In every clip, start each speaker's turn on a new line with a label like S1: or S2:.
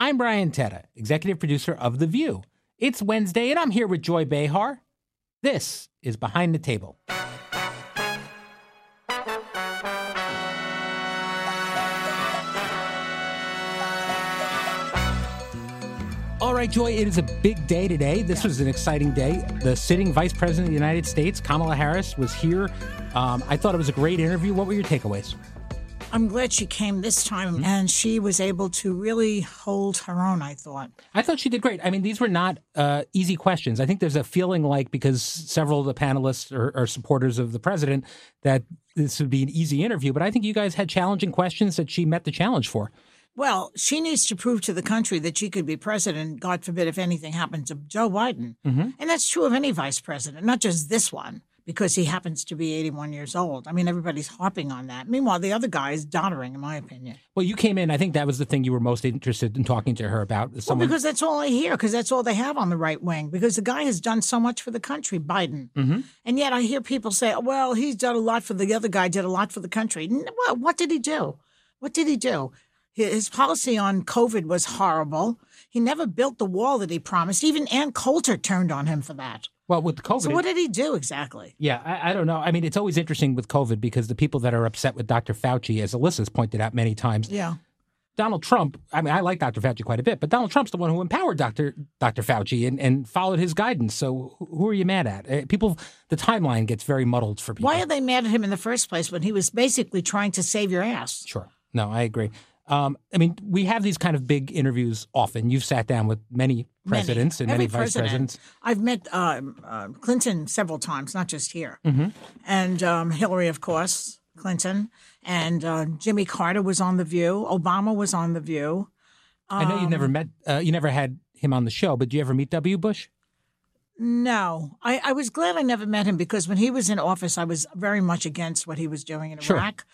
S1: I'm Brian Tetta, executive producer of The View. It's Wednesday, and I'm here with Joy Behar. This is Behind the Table. All right, Joy, it is a big day today. This was an exciting day. The sitting Vice President of the United States, Kamala Harris, was here. Um, I thought it was a great interview. What were your takeaways?
S2: I'm glad she came this time and she was able to really hold her own, I thought.
S1: I thought she did great. I mean, these were not uh, easy questions. I think there's a feeling like because several of the panelists are, are supporters of the president that this would be an easy interview. But I think you guys had challenging questions that she met the challenge for.
S2: Well, she needs to prove to the country that she could be president, God forbid, if anything happens to Joe Biden. Mm-hmm. And that's true of any vice president, not just this one because he happens to be 81 years old. I mean, everybody's harping on that. Meanwhile, the other guy is doddering, in my opinion.
S1: Well, you came in. I think that was the thing you were most interested in talking to her about.
S2: Someone... Well, because that's all I hear, because that's all they have on the right wing, because the guy has done so much for the country, Biden. Mm-hmm. And yet I hear people say, oh, well, he's done a lot for the other guy, did a lot for the country. Well, what did he do? What did he do? His policy on COVID was horrible. He never built the wall that he promised. Even Ann Coulter turned on him for that.
S1: Well, with COVID.
S2: So, what did he do exactly?
S1: Yeah, I, I, don't know. I mean, it's always interesting with COVID because the people that are upset with Dr. Fauci, as Alyssa's pointed out many times.
S2: Yeah.
S1: Donald Trump, I mean, I like Dr. Fauci quite a bit, but Donald Trump's the one who empowered Dr. Dr. Fauci and, and followed his guidance. So, who are you mad at? Uh, People, the timeline gets very muddled for people.
S2: Why are they mad at him in the first place when he was basically trying to save your ass?
S1: Sure. No, I agree. Um, I mean, we have these kind of big interviews often. You've sat down with many presidents
S2: many.
S1: and
S2: Every
S1: many vice presidents.
S2: president. I've met um, uh, Clinton several times, not just here, mm-hmm. and um, Hillary, of course, Clinton, and uh, Jimmy Carter was on the View. Obama was on the View.
S1: I know you
S2: Um,
S1: never met, uh, you never had him on the show, but do you ever meet W. Bush?
S2: No, I, I, was glad I never met him because when he was in office, I was very much against what he was doing in
S1: sure.
S2: Iraq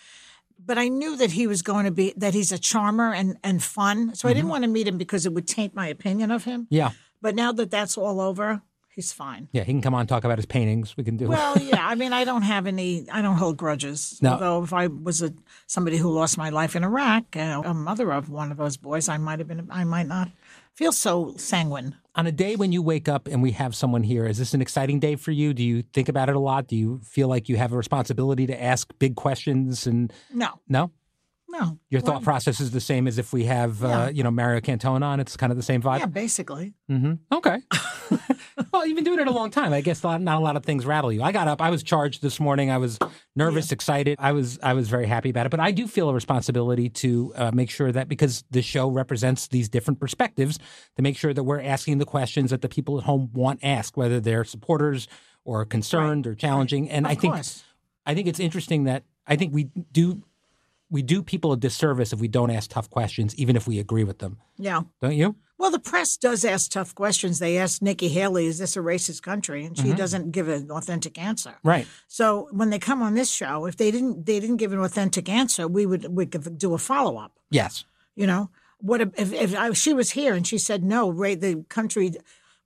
S2: but I knew that he was going to be that he's a charmer and and fun. So I didn't mm-hmm. want to meet him because it would taint my opinion of him.
S1: Yeah.
S2: But now that that's all over, he's fine.
S1: Yeah, he can come on talk about his paintings. We can do.
S2: Well, yeah. I mean, I don't have any. I don't hold grudges.
S1: No.
S2: Although, if I was a somebody who lost my life in Iraq, uh, a mother of one of those boys, I might have been. I might not feel so sanguine.
S1: On a day when you wake up and we have someone here, is this an exciting day for you? Do you think about it a lot? Do you feel like you have a responsibility to ask big questions? And
S2: no,
S1: no,
S2: no.
S1: Your thought well, process is the same as if we have,
S2: yeah.
S1: uh, you know, Mario Cantone on. It's kind of the same vibe.
S2: Yeah, basically.
S1: Mm-hmm. Okay. well, you've been doing it a long time. I guess not, not, a lot of things rattle you. I got up. I was charged this morning. I was nervous, yeah. excited. I was I was very happy about it. But I do feel a responsibility to uh, make sure that because the show represents these different perspectives, to make sure that we're asking the questions that the people at home want asked, whether they're supporters or concerned
S2: right.
S1: or challenging. And
S2: of
S1: I think
S2: course.
S1: I think it's interesting that I think we do we do people a disservice if we don't ask tough questions, even if we agree with them.
S2: Yeah.
S1: Don't you?
S2: Well, the press does ask tough questions. They asked Nikki Haley, is this a racist country? And she
S1: Mhm.
S2: doesn't give an authentic answer.
S1: Right.
S2: So when they come on this show, if they didn't they didn't give an authentic answer, we would we could do a follow up.
S1: Yes.
S2: You know, what if, if, if I, she was here and she said no, ra- the country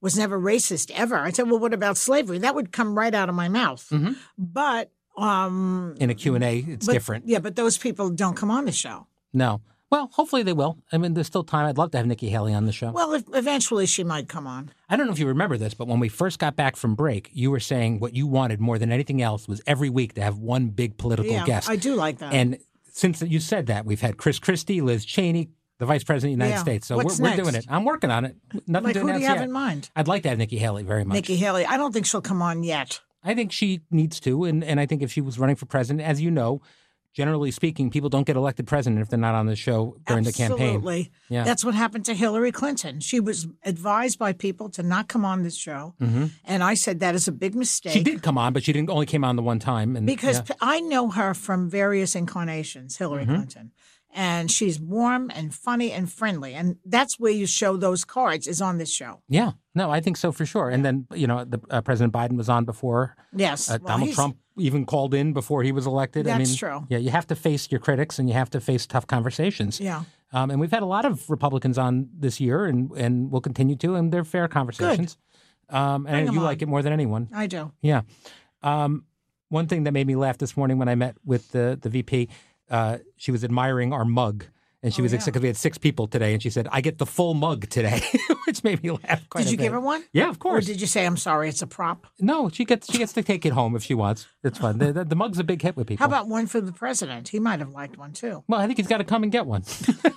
S2: was never racist ever? I said, well, what about slavery? That would come right out of my mouth.
S1: Mm-hmm.
S2: But um,
S1: In a Q and A, it's
S2: but-
S1: different.
S2: Yeah, but those people don't come on the show.
S1: No. Well, hopefully they will. I mean, there's still time. I'd love to have Nikki Haley on the show.
S2: Well, if, eventually she might come on.
S1: I don't know if you remember this, but when we first got back from break, you were saying what you wanted more than anything else was every week to have one big political
S2: Yeah,
S1: guest.
S2: I do like that.
S1: And since you said that, we've had Chris Christie, Liz Cheney, the Vice President of the United
S2: Yeah.
S1: States. So
S2: What's
S1: we're, we're doing it.
S2: next?
S1: I'm working on it. Nothing
S2: Like,
S1: to
S2: who do you
S1: announce
S2: have
S1: yet.
S2: in mind?
S1: I'd like to have Nikki Haley very much.
S2: Nikki Haley. I don't think she'll come on yet.
S1: I think she needs to, and, and I think if she was running for president, as you know, generally speaking, people don't get elected president if they're not on the show during the campaign.
S2: Absolutely.
S1: Yeah.
S2: That's what happened to Hillary Clinton. She was advised by people to not come on this show. And I said that is a big mistake.
S1: Mm-hmm. She did come on, but she didn't only came on the one time. And
S2: Because
S1: yeah. Mm-hmm.
S2: p- I know her from various incarnations, Hillary Clinton. and she's warm and funny and friendly. And that's where you show those cards is on this show.
S1: Yeah. No, I think so for sure. And then, you know, the uh, President Biden was on before.
S2: Yes.
S1: Uh,
S2: Well,
S1: Donald
S2: he's-
S1: Trump even called in before he was elected. I
S2: That's
S1: mean,
S2: true.
S1: Yeah, you have to face your critics and you have to face tough conversations.
S2: Yeah.
S1: Um, and we've had a lot of Republicans on this year, and and we'll continue to, and they're fair conversations. Um, and you like it more than anyone.
S2: I do.
S1: Yeah. Um, one thing that made me laugh this morning when I met with the the VP, uh, she was admiring our mug, and
S2: Oh,
S1: she was excited because we had six people today, and she said, "I get the full mug today," which made me laugh quite
S2: Did
S1: a
S2: you
S1: bit.
S2: give her one?
S1: Yeah, of
S2: Or
S1: course.
S2: did you say, I'm sorry, it's a prop?
S1: No, she gets she gets to take it home if she wants. It's fun. the, the, the mug's a big hit with people.
S2: How about one for the president? He might have liked one too.
S1: Well, I think he's got to come and get one.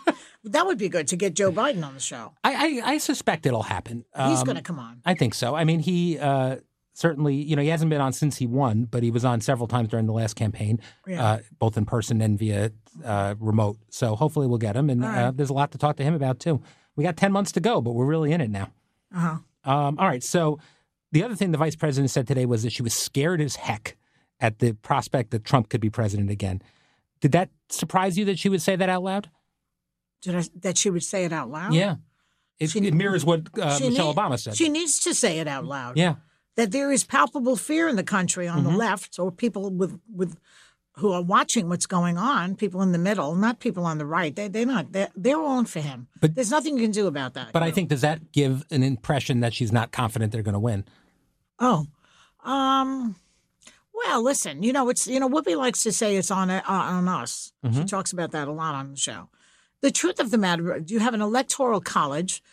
S2: That would be good to get Joe Biden on the show.
S1: I, I I suspect it'll happen.
S2: He's
S1: Um,
S2: going to come on.
S1: I think so. I mean, he uh, certainly, you know, he hasn't been on since he won, but he was on several times during the last campaign, uh, both in person and via uh, remote. So hopefully we'll get him. And uh, there's a lot to talk to him about, too. We got 10 months to go, but we're really in it now.
S2: Uh-huh.
S1: Um, all right. So the other thing the vice president said today was that she was scared as heck at the prospect that Trump could be president again. Did that surprise you that she would say that out loud?
S2: Did I, that she would say it out loud?
S1: Yeah. It,
S2: She-
S1: it mirrors what uh,
S2: She
S1: Michelle
S2: need-
S1: Obama said.
S2: She needs to say it out loud.
S1: yeah.
S2: That there is palpable fear in the country on
S1: Mm-hmm.
S2: the left, or people with with who are watching what's going on, people in the middle, not people on the right. They they're not they're, they're all in for him.
S1: But-
S2: there's nothing you can do about that.
S1: But I think does that give an impression that she's not confident they're going to win?
S2: Oh, um, well, listen, you know, it's you know, Whoopi likes to say it's on uh, on us. She talks about that a lot on the show. The truth of the matter, uh, you have an electoral college.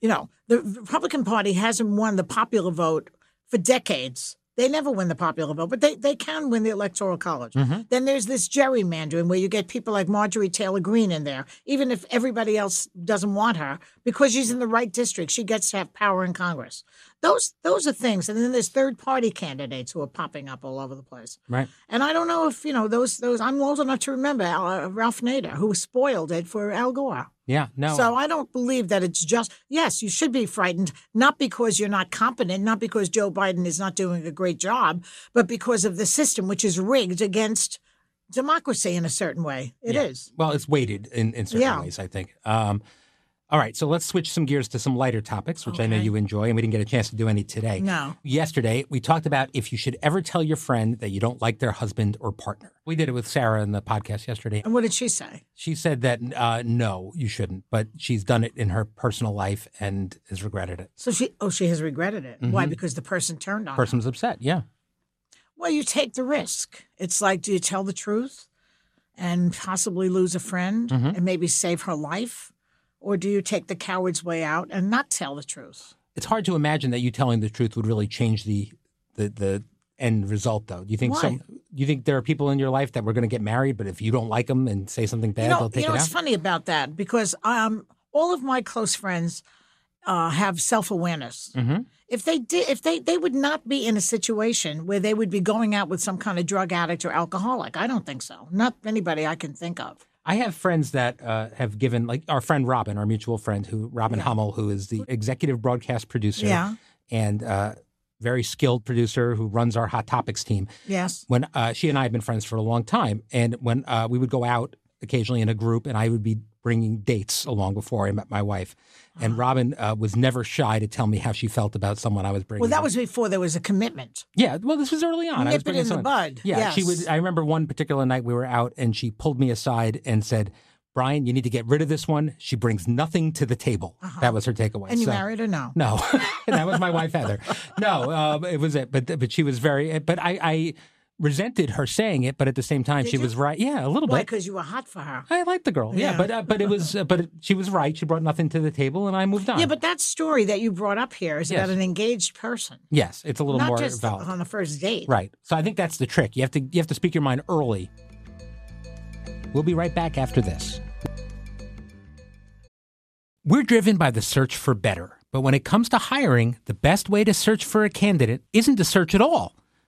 S2: You know, the Republican Party hasn't won the popular vote for decades. They never win the popular vote, but they, they can win the electoral college. Then there's this gerrymandering where you get people like Marjorie Taylor Greene in there, even if everybody else doesn't want her, because she's in the right district, she gets to have power in Congress. Those those are things. And then there's third party candidates who are popping up all over the place.
S1: Right.
S2: And I don't know if you know those those. I'm old enough to remember uh, Ralph Nader, who spoiled it for Al Gore.
S1: Yeah. No.
S2: So I don't believe that it's just, yes, you should be frightened, not because you're not competent, not because Joe Biden is not doing a great job, but because of the system, which is rigged against democracy in a certain way. It is.
S1: well, it's weighted in, in certain
S2: Yeah.
S1: ways, I think. Um, all right. So let's switch some gears to some lighter topics, which I know you enjoy, and we didn't get a chance to do any today.
S2: No.
S1: Yesterday, we talked about if you should ever tell your friend that you don't like their husband or partner. We did it with Sarah in the podcast yesterday.
S2: And what did she say?
S1: She said that uh, no, you shouldn't, but she's done it in her personal life and has regretted it.
S2: So she, oh, she has regretted it. Why? Because the person turned on her.
S1: Person's upset. Yeah.
S2: Well, you take the risk. It's like, do you tell the truth and possibly lose a friend
S1: Mm-hmm.
S2: and maybe save her life? Or do you take the coward's way out and not tell the truth?
S1: It's hard to imagine that you telling the truth would really change the the the end result, though. Do you think some? You think there are people in your life that were going to get married, but if you don't like them and say something bad,
S2: you know,
S1: they'll take
S2: you know
S1: it
S2: it's
S1: out.
S2: funny about that because um, all of my close friends uh, have self awareness.
S1: Mm-hmm.
S2: If they did, if they they would not be in a situation where they would be going out with some kind of drug addict or alcoholic. I don't think so. Not anybody I can think of.
S1: I have friends that uh, have given, like our friend Robin, our mutual friend, who Robin Hummel, who is the executive broadcast producer,
S2: Yeah.
S1: and uh, very skilled producer who runs our Hot Topics team.
S2: Yes.
S1: when uh, she and I had been friends for a long time, and when uh, we would go out occasionally in a group, and I would be bringing dates along before I met my wife,
S2: Uh-huh.
S1: and Robin uh, was never shy to tell me how she felt about someone I was bringing.
S2: Well, that
S1: up.
S2: was before there was a commitment.
S1: yeah. Well, this was early on. I
S2: Nip
S1: was
S2: it
S1: bringing
S2: in the
S1: someone-
S2: bud.
S1: Yeah, she
S2: Yes.
S1: would. I remember one particular night we were out, and she pulled me aside and said. Brian, you need to get rid of this one. She brings nothing to the table. That was her takeaway.
S2: Uh-huh. And you
S1: So-
S2: married or no?
S1: no, that was my wife Heather. No, um, it was it. But but she was very. But I, I resented her saying it. But at the same time, she was right. Yeah, a little
S2: Why?
S1: bit.
S2: Because you were hot for her.
S1: I liked the girl. Yeah,
S2: Yeah.
S1: but uh, but it was. Uh, but it, she was right. She brought nothing to the table, and I moved on.
S2: Yeah, but that story that you brought up here is
S1: Yes.
S2: about an engaged person,
S1: yes, it's a little
S2: not
S1: more
S2: just um,
S1: valid.
S2: on the first date.
S1: Right. So I think that's the trick. You have to you have to speak your mind early. We'll be right back after this. We're driven by the search for better, but when it comes to hiring, the best way to search for a candidate isn't to search at all.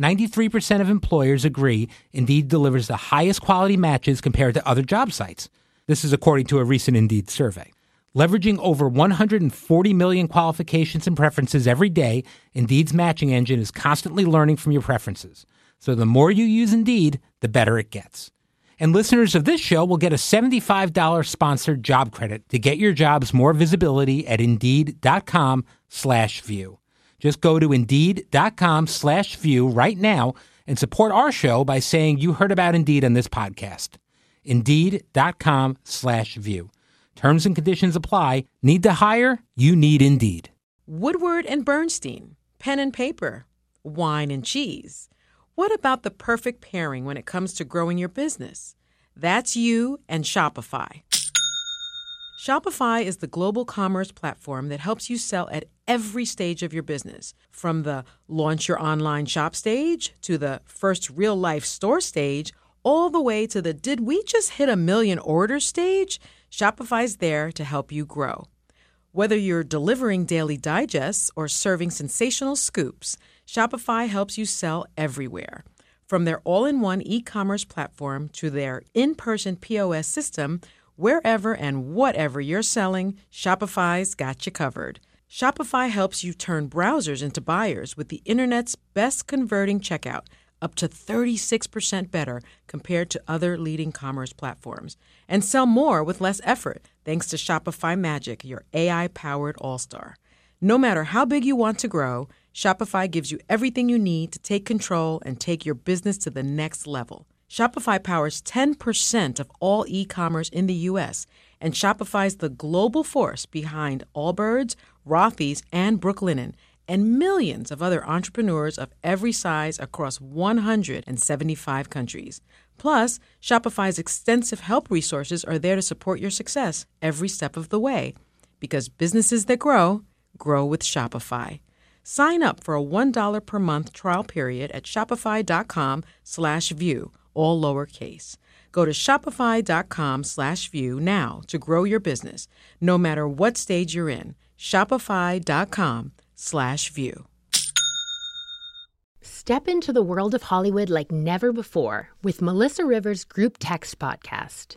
S1: 93% of employers agree Indeed delivers the highest quality matches compared to other job sites. This is according to a recent Indeed survey. Leveraging over 140 million qualifications and preferences every day, Indeed's matching engine is constantly learning from your preferences. So the more you use Indeed, the better it gets. And listeners of this show will get a $75 sponsored job credit to get your jobs more visibility at Indeed.com slash view. Just go to Indeed.com slash view right now and support our show by saying you heard about Indeed on this podcast. Indeed.com slash view. Terms and conditions apply. Need to hire? You need Indeed.
S3: Woodward and Bernstein, pen and paper, wine and cheese. What about the perfect pairing when it comes to growing your business? That's you and Shopify. Shopify is the global commerce platform that helps you sell at every stage of your business, from the launch your online shop stage to the first real life store stage, all the way to the did we just hit a million orders stage? Shopify's there to help you grow. Whether you're delivering daily digests or serving sensational scoops, Shopify helps you sell everywhere. From their all in one e commerce platform to their in person POS system, wherever and whatever you're selling, Shopify's got you covered. Shopify helps you turn browsers into buyers with the internet's best converting checkout, up to 36% better compared to other leading commerce platforms. And sell more with less effort thanks to Shopify Magic, your AI powered all star. No matter how big you want to grow, Shopify gives you everything you need to take control and take your business to the next level. Shopify powers 10% of all e commerce in the US, and Shopify's the global force behind Allbirds, Rothy's, and Brooklinen, and millions of other entrepreneurs of every size across 175 countries. Plus, Shopify's extensive help resources are there to support your success every step of the way. Because businesses that grow, grow with Shopify. Sign up for a $1 per month trial period at shopify.com slash view all lowercase. Go to shopify.com slash view now to grow your business, no matter what stage you're in. Shopify.com slash view.
S4: Step into the world of Hollywood like never before with Melissa Rivers' Group Text podcast.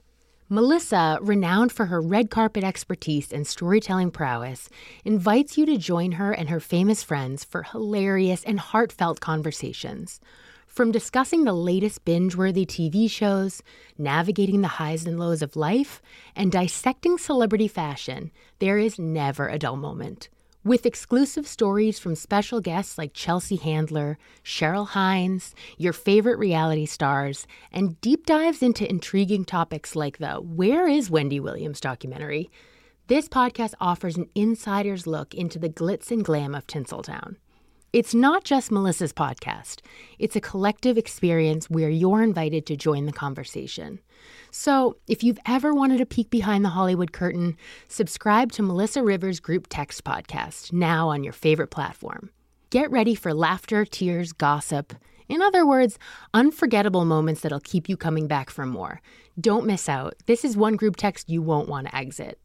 S4: Melissa, renowned for her red carpet expertise and storytelling prowess, invites you to join her and her famous friends for hilarious and heartfelt conversations. From discussing the latest binge worthy TV shows, navigating the highs and lows of life, and dissecting celebrity fashion, there is never a dull moment. With exclusive stories from special guests like Chelsea Handler, Cheryl Hines, your favorite reality stars, and deep dives into intriguing topics like the Where is Wendy Williams documentary, this podcast offers an insider's look into the glitz and glam of Tinseltown. It's not just Melissa's podcast. It's a collective experience where you're invited to join the conversation. So, if you've ever wanted a peek behind the Hollywood curtain, subscribe to Melissa Rivers' Group Text podcast now on your favorite platform. Get ready for laughter, tears, gossip. In other words, unforgettable moments that'll keep you coming back for more. Don't miss out. This is one group text you won't want to exit.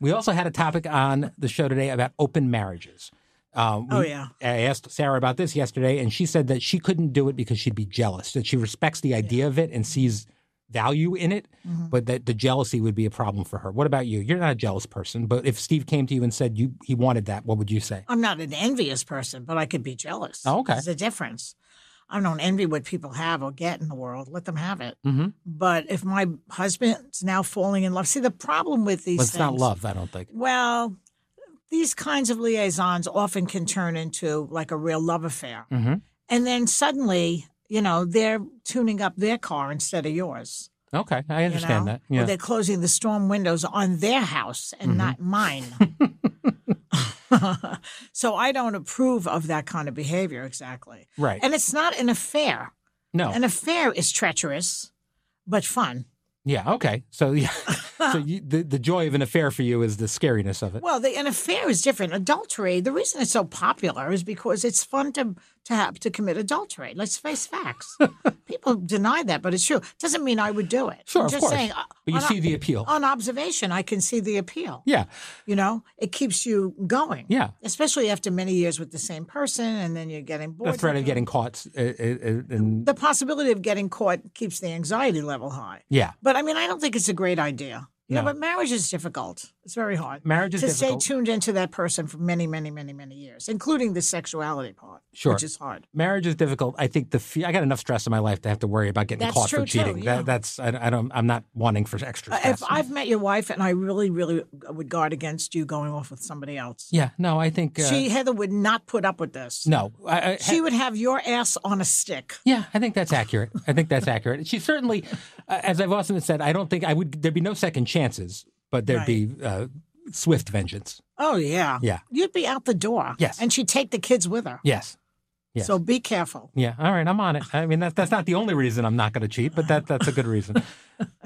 S1: We also had a topic on the show today about open marriages. Uh, we,
S2: Oh, yeah.
S1: I asked Sarah about this yesterday, and she said that she couldn't do it because she'd be jealous. That she respects the idea of it and sees value in it,
S2: Mm-hmm.
S1: but that the jealousy would be a problem for her. What about you? You're not a jealous person, but if Steve came to you and said you he wanted that, what would you say?
S2: I'm not an envious person, but I could be jealous.
S1: Oh, okay.
S2: There's a difference. I don't envy what people have or get in the world. Let them have it.
S1: Mm-hmm.
S2: But if my husband's now falling in love, see the problem with these
S1: But it's
S2: things.
S1: not love, I don't think.
S2: Well, these kinds of liaisons often can turn into like a real love affair.
S1: Mm-hmm.
S2: And then suddenly, you know, they're tuning up their car instead of yours.
S1: Okay, I
S2: you
S1: understand
S2: know?
S1: that. Yeah. Mm-hmm.
S2: Or they're closing the storm windows on their house and not mine. so I don't approve of that kind of behavior exactly.
S1: Right.
S2: And it's not an affair.
S1: no.
S2: An affair is treacherous, but fun.
S1: yeah. Okay. So yeah. so you, the the joy of an affair for you is the scariness of it.
S2: Well, the, an affair is different. Adultery. The reason it's so popular is because it's fun to to have to commit adultery. Let's face facts. People deny that, but it's true. Doesn't mean I would do it.
S1: Sure,
S2: I'm
S1: of
S2: just
S1: course.
S2: saying. I-
S1: But you see the appeal.
S2: On observation, I can see the appeal.
S1: yeah.
S2: You know, it keeps you going.
S1: Yeah.
S2: Especially after many years with the same person, and then you're getting bored.
S1: The threat
S2: with
S1: of
S2: them.
S1: getting caught uh, uh, uh, and
S2: the possibility of getting caught keeps the anxiety level high.
S1: yeah.
S2: But I mean, I don't think it's a great idea. You know,
S1: No.
S2: but marriage is difficult. It's very hard.
S1: Marriage is
S2: to
S1: difficult.
S2: stay tuned into that person for many, many, many, many years, including the sexuality part,
S1: Sure.
S2: which is hard.
S1: marriage is difficult. I think the fear, I got enough stress in my life to have to worry about getting
S2: That's
S1: caught
S2: true,
S1: for cheating.
S2: too, yeah.
S1: that, that's I, I don't I'm not wanting for extra
S2: Uh,
S1: stress.
S2: If I've met your wife, and I really, really would guard against you going off with somebody else.
S1: yeah, no, I think uh,
S2: She Heather would not put up with this.
S1: no, I, I,
S2: She would have your ass on a stick.
S1: yeah, I think that's accurate. I think that's accurate. She certainly, uh, as I've often said, I don't think I would. There'd be no second chances, but there'd be uh, swift vengeance.
S2: Oh yeah.
S1: Yeah.
S2: You'd be out the door.
S1: Yes.
S2: And she'd take the kids with her.
S1: Yes. yes.
S2: So be careful.
S1: Yeah. All right. I'm on it. I mean, that's that's not the only reason I'm not going to cheat, but that that's a good reason.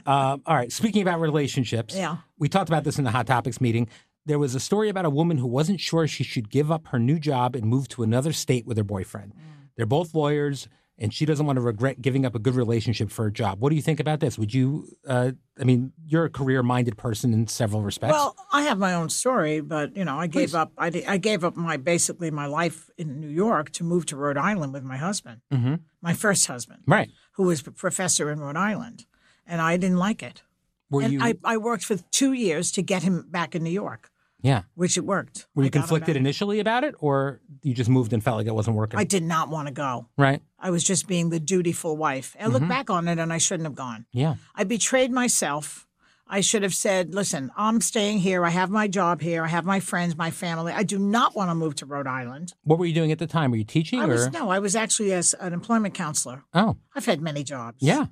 S1: um, all right. Speaking about relationships,
S2: Yeah.
S1: we talked about this in the Hot Topics meeting. There was a story about a woman who wasn't sure she should give up her new job and move to another state with her boyfriend.
S2: Mm.
S1: They're both lawyers, and she doesn't want to regret giving up a good relationship for a job. What do you think about this? Would you? Uh, I mean, you're a career-minded person in several respects.
S2: Well, I have my own story, but you know, I gave up. I, di- I gave up my basically my life in New York to move to Rhode Island with my husband, mm-hmm. my first husband,
S1: right?
S2: who was a professor in Rhode Island, and I didn't like it.
S1: Were
S2: and
S1: you?
S2: I, I worked for two years to get him back in New York,
S1: yeah.
S2: which it worked.
S1: Were
S2: I
S1: you
S2: got him
S1: conflicted
S2: back.
S1: initially about it, or you just moved and felt like it wasn't working?
S2: I did not want to go.
S1: right.
S2: I was just being the dutiful wife. I
S1: Mm-hmm.
S2: look back on it, and I shouldn't have gone.
S1: Yeah.
S2: I betrayed myself. I should have said, listen, I'm staying here. I have my job here. I have my friends, my family. I do not want to move to Rhode Island.
S1: What were you doing at the time? Were you teaching
S2: I
S1: or?
S2: was, no, I was actually as an employment counselor.
S1: Oh,
S2: I've had many jobs.
S1: yeah.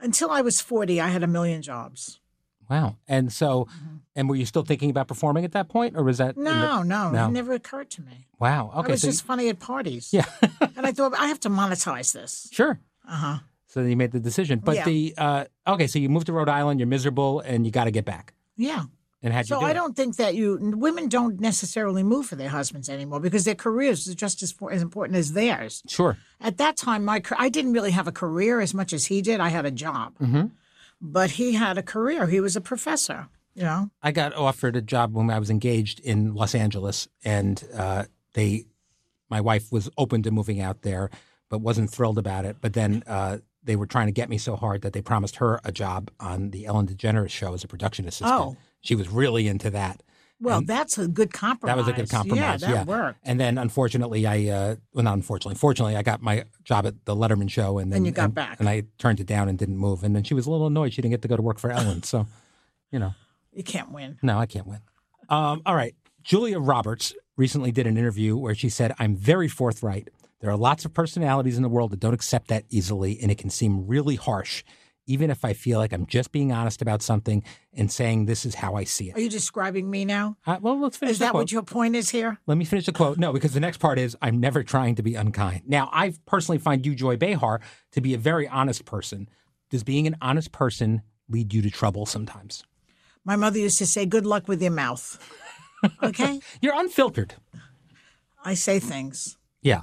S2: Until I was 40, I had a million jobs.
S1: Wow. And so, and were you still thinking about performing at that point, or was that? in the-
S2: Mm-hmm. No, no,
S1: no.
S2: it never occurred to me.
S1: wow. Okay.
S2: I was
S1: so you-
S2: just funny at parties.
S1: yeah.
S2: and I thought, I have to monetize this.
S1: sure.
S2: Uh huh.
S1: So you made the decision, but
S2: Yeah.
S1: the uh, okay. So you moved to Rhode Island. You're miserable, and you got to get back.
S2: Yeah.
S1: And had
S2: So
S1: you do
S2: I
S1: it?
S2: don't think that you women don't necessarily move for their husbands anymore because their careers are just as, for- as important as theirs.
S1: Sure.
S2: at that time my ca- I didn't really have a career as much as he did. I had a job.
S1: Mm-hmm.
S2: But he had a career. He was a professor, you know.
S1: I got offered a job when I was engaged in Los Angeles, and uh, they, my wife was open to moving out there, but wasn't thrilled about it. But then uh, they were trying to get me so hard that they promised her a job on the Ellen DeGeneres show as a production assistant.
S2: Oh.
S1: She was really into that.
S2: Well, that's a good compromise.
S1: That was a good compromise.
S2: Yeah, that worked.
S1: And then, unfortunately, I uh, well, not unfortunately, fortunately, I got my job at the Letterman show, and then
S2: you got back.
S1: and I turned it down and didn't move. And then she was a little annoyed she didn't get to go to work for Ellen. So, you know.
S2: You can't win.
S1: No, I can't win. Um, all right. Julia Roberts recently did an interview where she said, I'm very forthright. There are lots of personalities in the world that don't accept that easily, and it can seem really harsh, even if I feel like I'm just being honest about something and saying this is how I see
S2: Are
S1: it.
S2: you describing me now?
S1: Uh, well, let's finish
S2: Is
S1: the
S2: that
S1: quote.
S2: what your point is here?
S1: Let me finish the quote. No, because the next part is I'm never trying to be unkind. Now, I personally find you, Joy Behar, to be a very honest person. Does being an honest person lead you to trouble sometimes?
S2: My mother used to say, "Good luck with your mouth." Okay?
S1: You're unfiltered.
S2: I say things.
S1: Yeah.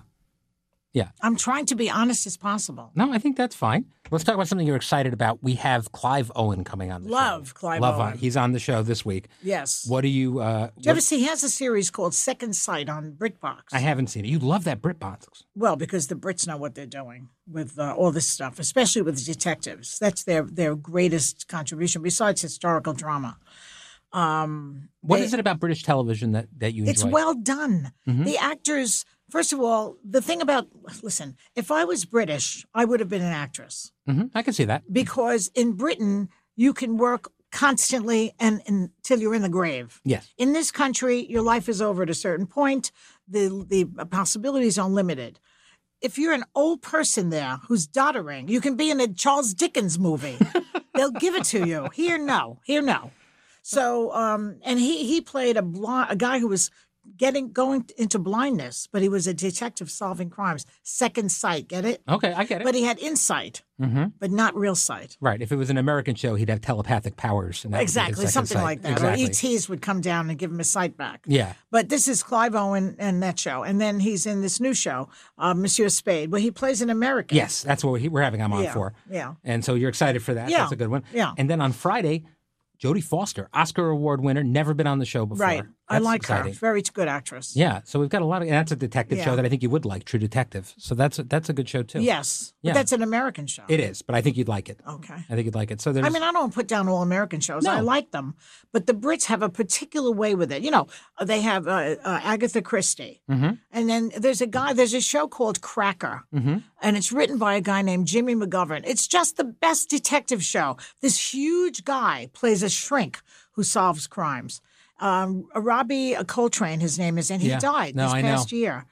S2: I'm trying to be honest as possible.
S1: No, I think that's fine. Let's talk about something you're excited about. We have Clive Owen coming on the show.
S2: Love Clive
S1: Love
S2: Owen.
S1: He's on the show this week.
S2: Yes.
S1: What do you? Uh,
S2: Do you ever
S1: what-
S2: see? He has a series called Second Sight on BritBox.
S1: I haven't seen it. You love that BritBox.
S2: Well, because the Brits know what they're doing with uh, all this stuff, especially with detectives. That's their their greatest contribution besides historical drama. Um,
S1: What is
S2: they-
S1: it about British television that, that you enjoy?
S2: It's well done. The actors, first of all, the thing about listen, if I was British, I would have been an actress
S1: Mhm, I can see that.
S2: because in Britain you can work constantly and until you're in the grave.
S1: Yes.
S2: In this country, your life is over at a certain point. The the possibilities are limited. If you're an old person there who's doddering, you can be in a Charles Dickens movie. They'll give it to you. Here, no. Here, no. So, um, and he he played a blind, a guy who was getting going into blindness, but he was a detective solving crimes. Second sight, get it?
S1: Okay, I get it.
S2: But he had insight,
S1: hmm
S2: but not real sight.
S1: Right. If it was an American show, he'd have telepathic powers. And that would be his
S2: Exactly,
S1: second
S2: something
S1: sight.
S2: like that.
S1: Exactly.
S2: Or E ETs would come down and give him his sight back.
S1: Yeah.
S2: But this is Clive Owen and that show, and then he's in this new show, uh, Monsieur Spade, where he plays an American.
S1: Yes, that's what he, we're having him on
S2: Yeah,
S1: for.
S2: yeah.
S1: And so you're excited for that.
S2: Yeah,
S1: That's a good one.
S2: yeah.
S1: And then on Friday, Jodie Foster, Oscar Award winner, never been on the show before.
S2: Right. I
S1: That's
S2: like
S1: exciting.
S2: her. Very good actress.
S1: Yeah, so we've got a lot of, and that's a detective
S2: Yeah.
S1: show that I think you would like, True Detective. So that's a, that's a good show too.
S2: Yes.
S1: Yeah.
S2: But that's an American show.
S1: it is, but I think you'd like it.
S2: Okay.
S1: I think you'd like it. So there's,
S2: I mean, I don't put down all American shows. I
S1: No.
S2: like them, but the Brits have a particular way with it. You know, they have uh, uh, Agatha Christie,
S1: Mm-hmm.
S2: and then there's a guy. There's a show called Cracker,
S1: Mm-hmm.
S2: and it's written by a guy named Jimmy McGovern. It's just the best detective show. This huge guy plays a shrink who solves crimes. Um, Robbie Coltrane, his name is, and he
S1: Yeah.
S2: died
S1: No,
S2: this
S1: I know. Mm.
S2: past year.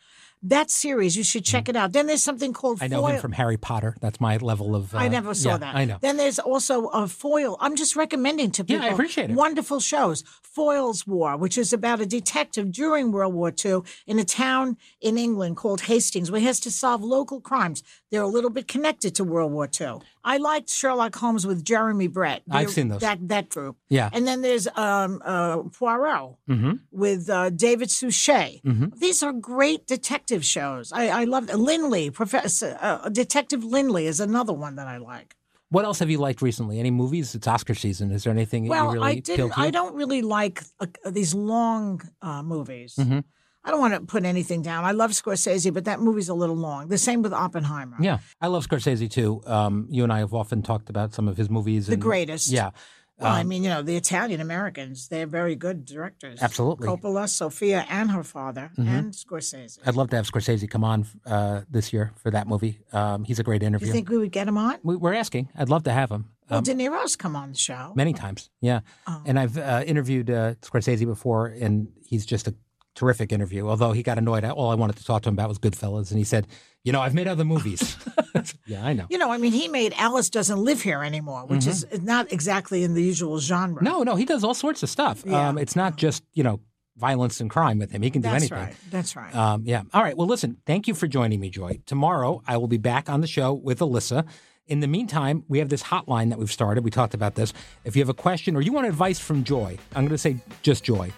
S2: That series, you should check it out. Then there's something called
S1: I know
S2: Foil.
S1: him from Harry Potter. That's my level of. Uh,
S2: I never saw
S1: yeah,
S2: that.
S1: I know.
S2: Then there's also a foil. I'm just recommending to
S1: Yeah, I
S2: people.
S1: appreciate it.
S2: Wonderful shows. Foils War, which is about a detective during World War II in a town in England called Hastings, where he has to solve local crimes. They're a little bit connected to World War II. I liked Sherlock Holmes with Jeremy Brett.
S1: I've
S2: They're-
S1: seen those.
S2: That that group.
S1: Yeah.
S2: And then there's um, uh, Poirot
S1: Mm-hmm.
S2: with uh, David Suchet. These are great detective shows. I, I love Linley, Professor uh, Detective Linley is another one that I like.
S1: What else have you liked recently? Any movies? It's Oscar season. Is there anything that
S2: Well,
S1: you really
S2: I
S1: appealed
S2: didn't.
S1: to?
S2: I
S1: you?
S2: don't really like uh, these long uh, movies.
S1: Mm-hmm.
S2: I don't want to put anything down. I love Scorsese, but that movie's a little long. The same with Oppenheimer.
S1: Yeah, I love Scorsese too. Um, you and I have often talked about some of his movies.
S2: The
S1: and,
S2: greatest.
S1: Yeah,
S2: Well,
S1: um,
S2: I mean, you know, the Italian Americans, they're very good directors.
S1: Absolutely. Mm-hmm.
S2: Coppola, Sofia, and her father, and Scorsese.
S1: I'd love to have Scorsese come on uh, this year for that movie. Um, he's a great
S2: Do
S1: interview.
S2: you think we would get him on?
S1: we, we're asking. I'd love to have him.
S2: Well, De Niro's come on the show.
S1: many times. Yeah,
S2: Oh.
S1: and I've uh, interviewed uh, Scorsese before, and he's just a terrific interview. Although he got annoyed, at all I wanted to talk to him about was Goodfellas, and he said, "You know, I've made other movies." yeah, I know.
S2: You know, I mean, he made Alice Doesn't Live Here Anymore, which is not exactly in the usual genre.
S1: Mm-hmm. No, no, he does all sorts of stuff. Um, it's not just you know violence and crime with him. He can do
S2: That's
S1: anything.
S2: right. That's right.
S1: Um, yeah. All right. Well, listen, thank you for joining me, Joy. Tomorrow, I will be back on the show with Alyssa. In the meantime, we have this hotline that we've started. We talked about this. If you have a question or you want advice from Joy, I'm going to say just Joy.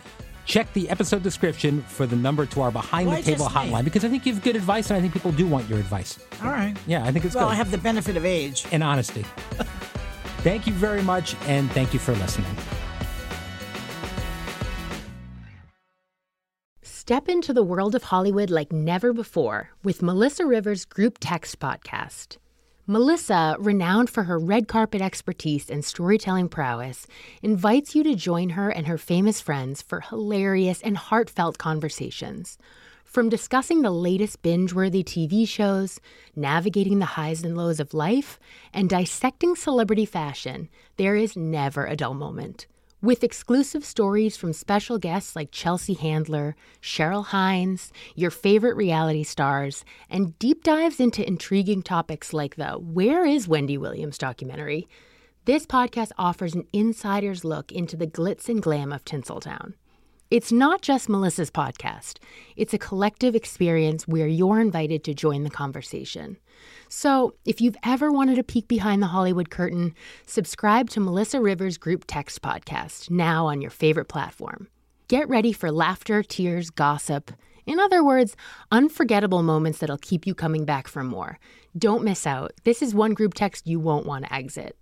S1: Check the episode description for the number to our behind
S2: Why
S1: the table
S2: just me?
S1: hotline because I think you have good advice and I think people do want your advice.
S2: All right.
S1: Yeah, I think it's
S2: Well,
S1: good.
S2: I have the benefit of age.
S1: and honesty. thank you very much and thank you for listening.
S4: Step into the world of Hollywood like never before with Melissa Rivers' Group Text podcast. Melissa, renowned for her red carpet expertise and storytelling prowess, invites you to join her and her famous friends for hilarious and heartfelt conversations. From discussing the latest binge worthy TV shows, navigating the highs and lows of life, and dissecting celebrity fashion, there is never a dull moment. With exclusive stories from special guests like Chelsea Handler, Cheryl Hines, your favorite reality stars, and deep dives into intriguing topics like the Where is Wendy Williams documentary, this podcast offers an insider's look into the glitz and glam of Tinseltown. It's not just Melissa's podcast, it's a collective experience where you're invited to join the conversation. So, if you've ever wanted a peek behind the Hollywood curtain, subscribe to Melissa Rivers' Group Text podcast now on your favorite platform. Get ready for laughter, tears, gossip. In other words, unforgettable moments that'll keep you coming back for more. Don't miss out. This is one group text you won't want to exit.